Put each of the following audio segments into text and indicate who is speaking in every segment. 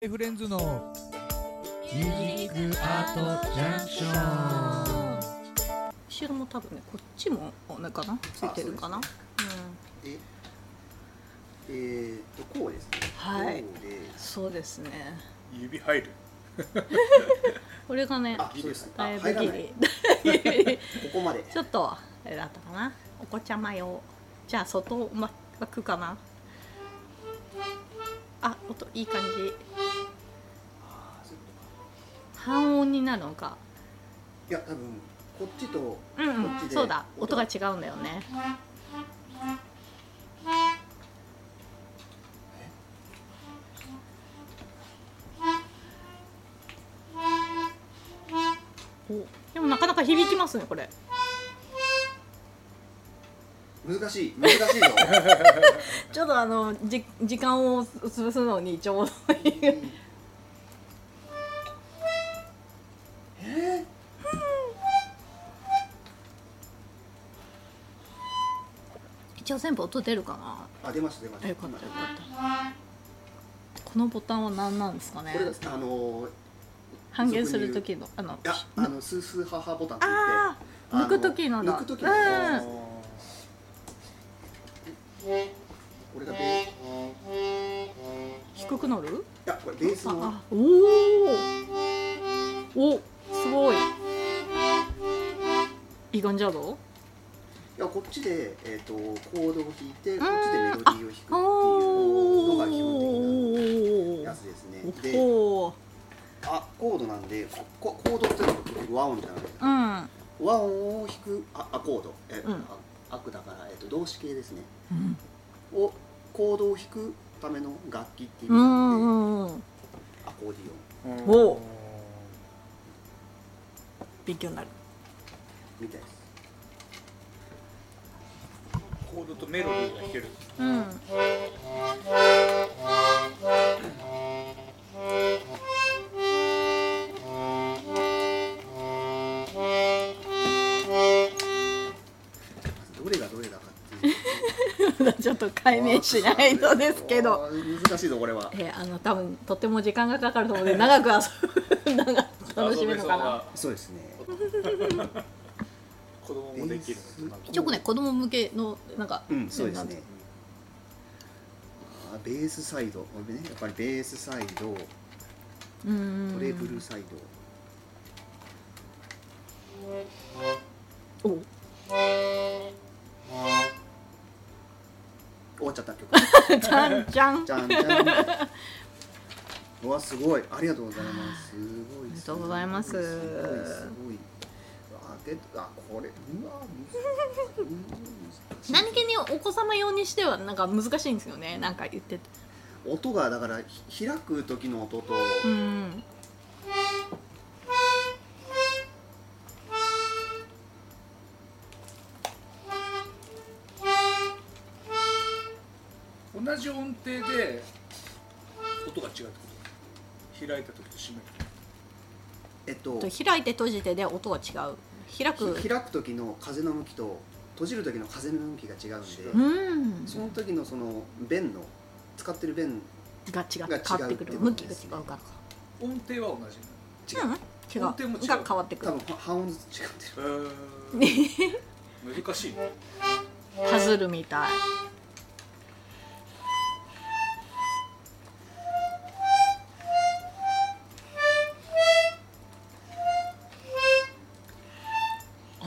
Speaker 1: フレンズの
Speaker 2: ミュージックアートジャンクショ
Speaker 3: 後ろも多分ねこっちもあれかなついてるかなう,、
Speaker 2: ええー、っとこうですね
Speaker 3: はい
Speaker 2: こうで
Speaker 3: んそうですね
Speaker 4: 指入る
Speaker 3: これがね
Speaker 2: あそうですねあ
Speaker 3: だいぶ
Speaker 2: 入ら
Speaker 3: ギ
Speaker 2: ない
Speaker 3: リだいぶギリ
Speaker 2: ここまで
Speaker 3: ちょっとあれだったかなお子ちゃま用じゃあ外ま枠かなあ音いい感じ
Speaker 2: あーそういうこ
Speaker 3: 半音になるのか
Speaker 2: といや多分こっちとこ
Speaker 3: うんう
Speaker 2: っち
Speaker 3: ん
Speaker 2: で
Speaker 3: そうだ音が違うんだよねおでもなかなか響きますねこれ
Speaker 2: 難しい難し いぞ
Speaker 3: ちょっとあのじ時間を潰すのにちょうどいい
Speaker 2: え
Speaker 3: 一応全部音出るかな
Speaker 2: ー、あ出ました出まし
Speaker 3: あ
Speaker 2: た
Speaker 3: よかったよかったこのボタンは何なんですかね
Speaker 2: これですあのー、い
Speaker 3: 半減する時のあの
Speaker 2: やあのスースーハーハーボタンって言って
Speaker 3: ああ
Speaker 2: あの
Speaker 3: 抜く時のだ
Speaker 2: 抜く時の
Speaker 3: うん
Speaker 2: これがベースい
Speaker 3: 低くなる
Speaker 2: やこれベースの
Speaker 3: ああおおおすごいいい感じやろ
Speaker 2: いやこっちで、えー、とコードを弾いてこっちでメロディーを弾くってい
Speaker 3: あ
Speaker 2: うのが基本的なやつですね
Speaker 3: お
Speaker 2: で
Speaker 3: お
Speaker 2: あコードなんでここコードっていうのは結局和音じゃないですか
Speaker 3: うん
Speaker 2: 和音を弾くあアコードえ、
Speaker 3: うん
Speaker 2: あアクだから、えー、と動詞形ですね
Speaker 3: うん
Speaker 2: をコードを弾くための楽器っていう
Speaker 3: う
Speaker 2: 意味なんで、
Speaker 3: んうん
Speaker 2: アコーディオン
Speaker 3: おう勉強になる
Speaker 2: みたいです
Speaker 4: コードとメロディーが弾ける
Speaker 3: うん
Speaker 2: どれがどれだかっていう
Speaker 3: ちょっと解明しないとですけど
Speaker 2: あー難しいぞこれは
Speaker 3: えーあの多分とても時間がかかると思うので長く遊ぶ長く楽しめるのかな
Speaker 2: そうですね
Speaker 4: 子供もできる
Speaker 3: 一応ね子供向けのなんか
Speaker 2: うん、そうです
Speaker 3: なん
Speaker 2: ね。あーベースサイド、これね、やっぱりベースサイド、
Speaker 3: うん
Speaker 2: トレブルサイド。
Speaker 3: おう
Speaker 2: 終わっちゃった曲。
Speaker 3: じゃんじゃん
Speaker 2: じゃんじゃん。うわ、すごい、ありがとうございます。すごい。
Speaker 3: ありがとうございます
Speaker 2: ごいすごい。うわで、あ、これ、うわ、むずうん難しい
Speaker 3: 何気にお子様用にしてはなんか難しいんですよねなんか言ってて
Speaker 2: 音がだから、ひ開く時の音と。
Speaker 3: うん
Speaker 4: 同じ音程で音が違うってこと開いた時と閉め
Speaker 2: えっと
Speaker 3: と、開いて閉じてで音が違う開く
Speaker 2: ひ開く時の風の向きと、閉じる時の風の向きが違うんで。
Speaker 3: うん
Speaker 2: その時のその弁の使ってる弁
Speaker 3: が違って変わってくる
Speaker 2: が違うってこと
Speaker 3: 向きが違うからか
Speaker 4: る音程は同じ
Speaker 2: 違
Speaker 3: うん
Speaker 2: う
Speaker 3: 違
Speaker 4: 音程も違
Speaker 3: う
Speaker 4: う
Speaker 3: が変わってく
Speaker 2: 多
Speaker 3: る
Speaker 2: 分は半音ずつ違ってる
Speaker 4: 難しいね
Speaker 3: パズルみたいあ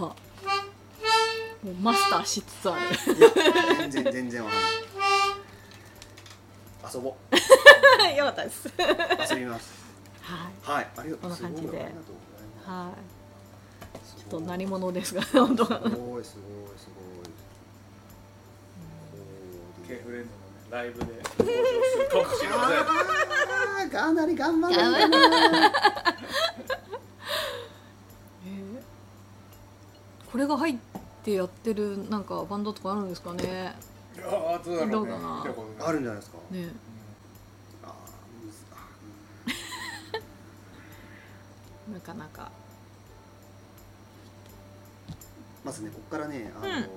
Speaker 3: もうマスターしつつある
Speaker 2: 全然全然わかんない遊ぼう
Speaker 3: よかったです。
Speaker 2: 遊びます
Speaker 3: はい。
Speaker 2: はいありが
Speaker 3: こ
Speaker 2: とうん
Speaker 3: な感じです
Speaker 2: ごいありがとう
Speaker 3: はい。ちょっ
Speaker 2: ご
Speaker 3: と
Speaker 2: ざいます
Speaker 3: 何者ですが、 本当
Speaker 2: すごい
Speaker 3: は
Speaker 2: すごいすごいすごい
Speaker 4: K フレンドのねライブで登場するかもしれません
Speaker 2: あーかなり頑張るんだな
Speaker 3: これが入ってやってるなんかバンドとかあるんですかね。
Speaker 4: いやーどうだろ
Speaker 3: ど
Speaker 4: う
Speaker 3: う
Speaker 4: ね
Speaker 3: かな
Speaker 4: 見たことない
Speaker 2: あるんじゃないですか
Speaker 3: ね。
Speaker 2: あーむずあ
Speaker 3: なかなか。
Speaker 2: ーまずねここからねあのー
Speaker 3: うん
Speaker 2: こ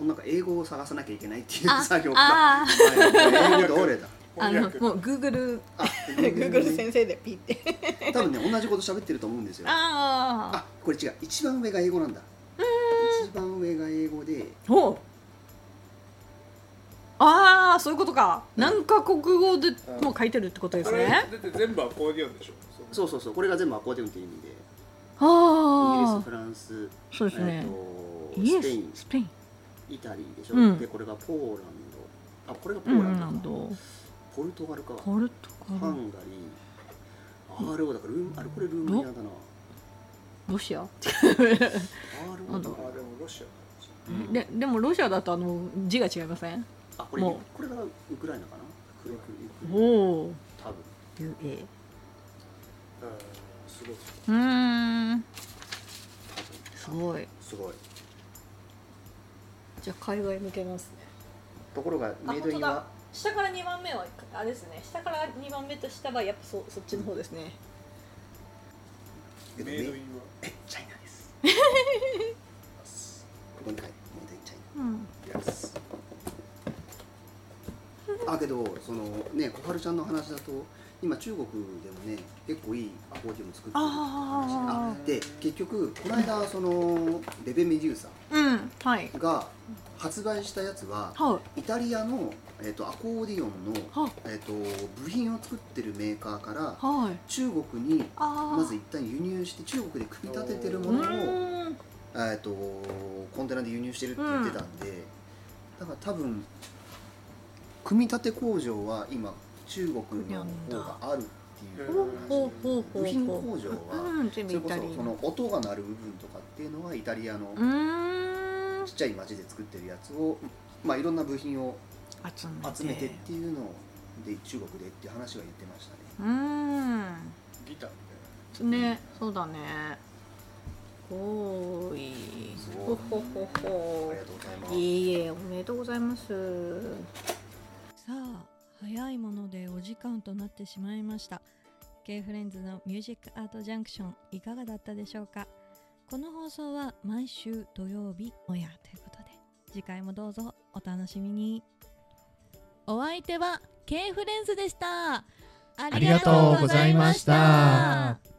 Speaker 2: のなんか英語を探さなきゃいけないっていう
Speaker 3: あ
Speaker 2: 作業が
Speaker 3: あ
Speaker 2: はい英語どれだ
Speaker 3: あ
Speaker 4: 翻
Speaker 3: の
Speaker 4: 訳
Speaker 3: もうグーグル
Speaker 2: あ、
Speaker 3: グーグル
Speaker 2: 生。
Speaker 3: 先生でピッて
Speaker 2: 多分ね、同じこと喋ってると思うんですよ。
Speaker 3: あ
Speaker 2: あ、これ違う。一番上が英語なんだ。一番上が英語で、
Speaker 3: あおうああそういうことか何カ国語でもう書いてるってことで
Speaker 4: こ
Speaker 3: す
Speaker 4: れ
Speaker 3: ね
Speaker 4: だって全部アコーディオンでしょそ
Speaker 2: そうそうそう。これが全部アコーディオンっていう意味で、イギリス、
Speaker 3: ああ
Speaker 2: フランス、
Speaker 3: そうですね
Speaker 2: え
Speaker 3: イエ
Speaker 2: ーとスペイン
Speaker 3: ス、スペイン
Speaker 2: イタリーでしょ。
Speaker 3: うん
Speaker 2: でこれがポーランド。あ、これがポ
Speaker 3: うん
Speaker 2: ー
Speaker 3: ポ
Speaker 2: ラ
Speaker 3: ー
Speaker 2: ンド
Speaker 3: ラ
Speaker 2: か。
Speaker 3: ンド
Speaker 2: ポルトガルか。
Speaker 3: ポルト
Speaker 2: ハ
Speaker 3: ガル
Speaker 2: ンガリー。RO だからルームあれこれルームニアだな。
Speaker 3: ロシアな
Speaker 2: RO
Speaker 3: んだ
Speaker 2: だ
Speaker 4: う
Speaker 2: か
Speaker 4: あ
Speaker 2: ら
Speaker 4: でもロシアか
Speaker 2: うん
Speaker 3: ででもロシアだとあの字が違いません
Speaker 2: あこれ
Speaker 3: も
Speaker 2: これがウクライナかな。黒く
Speaker 3: おお
Speaker 2: 多分。
Speaker 3: UA
Speaker 4: うんすごいう
Speaker 3: ーん
Speaker 2: 多分
Speaker 3: すごい
Speaker 2: すごい。
Speaker 3: じゃあ海外向けますね
Speaker 2: ところが
Speaker 3: あ
Speaker 2: メイド
Speaker 3: 本
Speaker 2: イ
Speaker 3: 当
Speaker 2: ン
Speaker 3: だ
Speaker 2: は
Speaker 3: 下から2番目はあれですね下から2番目と下はやっぱそそっちの方ですね
Speaker 2: けど
Speaker 4: メイドインは
Speaker 2: えチャイナです。ここに書いてメイドインチャイ
Speaker 3: うん
Speaker 2: ナ。Yes あけどそのね小春ちゃんの話だと今中国でもね結構いいアコーディオン作ってるって話
Speaker 3: あー
Speaker 2: あで結局この間そのレベメデューサ
Speaker 3: うんはい
Speaker 2: が発売したやつは
Speaker 3: は
Speaker 2: イタリアの、えー、とアコーディオンの、
Speaker 3: いは
Speaker 2: えー、と部品を作ってるメーカーから
Speaker 3: はい
Speaker 2: 中国に
Speaker 3: ああ
Speaker 2: まず一旦輸入して中国で組み立ててるもの
Speaker 3: う
Speaker 2: を、
Speaker 3: ーん
Speaker 2: えー、とコンテナで輸入してるって言ってたんで、だから多分組み立て工場は今中国の方があるっていう
Speaker 4: ほう
Speaker 3: ほうほうほう
Speaker 2: 部品工場は
Speaker 3: うん全部
Speaker 2: それ
Speaker 3: イ
Speaker 2: こ
Speaker 3: タリ
Speaker 2: そそ
Speaker 3: ア
Speaker 2: の音が鳴る部分とかっていうのはイタリアの
Speaker 3: うーん
Speaker 2: ちっちゃい町で作ってるやつを、まあ、いろんな部品を
Speaker 3: 集めて
Speaker 2: 集めてっていうのをで中国でっていう話は言ってましたね
Speaker 3: うーん
Speaker 4: ギターみ
Speaker 3: ねそうだねおーい
Speaker 2: す
Speaker 3: ほ
Speaker 2: ごい
Speaker 3: ほほほ
Speaker 2: ありがとうございます
Speaker 3: いえいえおめでとうございますさあ早いものでお時間となってしまいました
Speaker 1: K フレンズのミュージックアートジャンクションいかがだったでしょうかこの放送は毎週土曜日オンエアということで次回もどうぞお楽しみにお相手は K フレンズでしたあ
Speaker 5: ありがとうございました。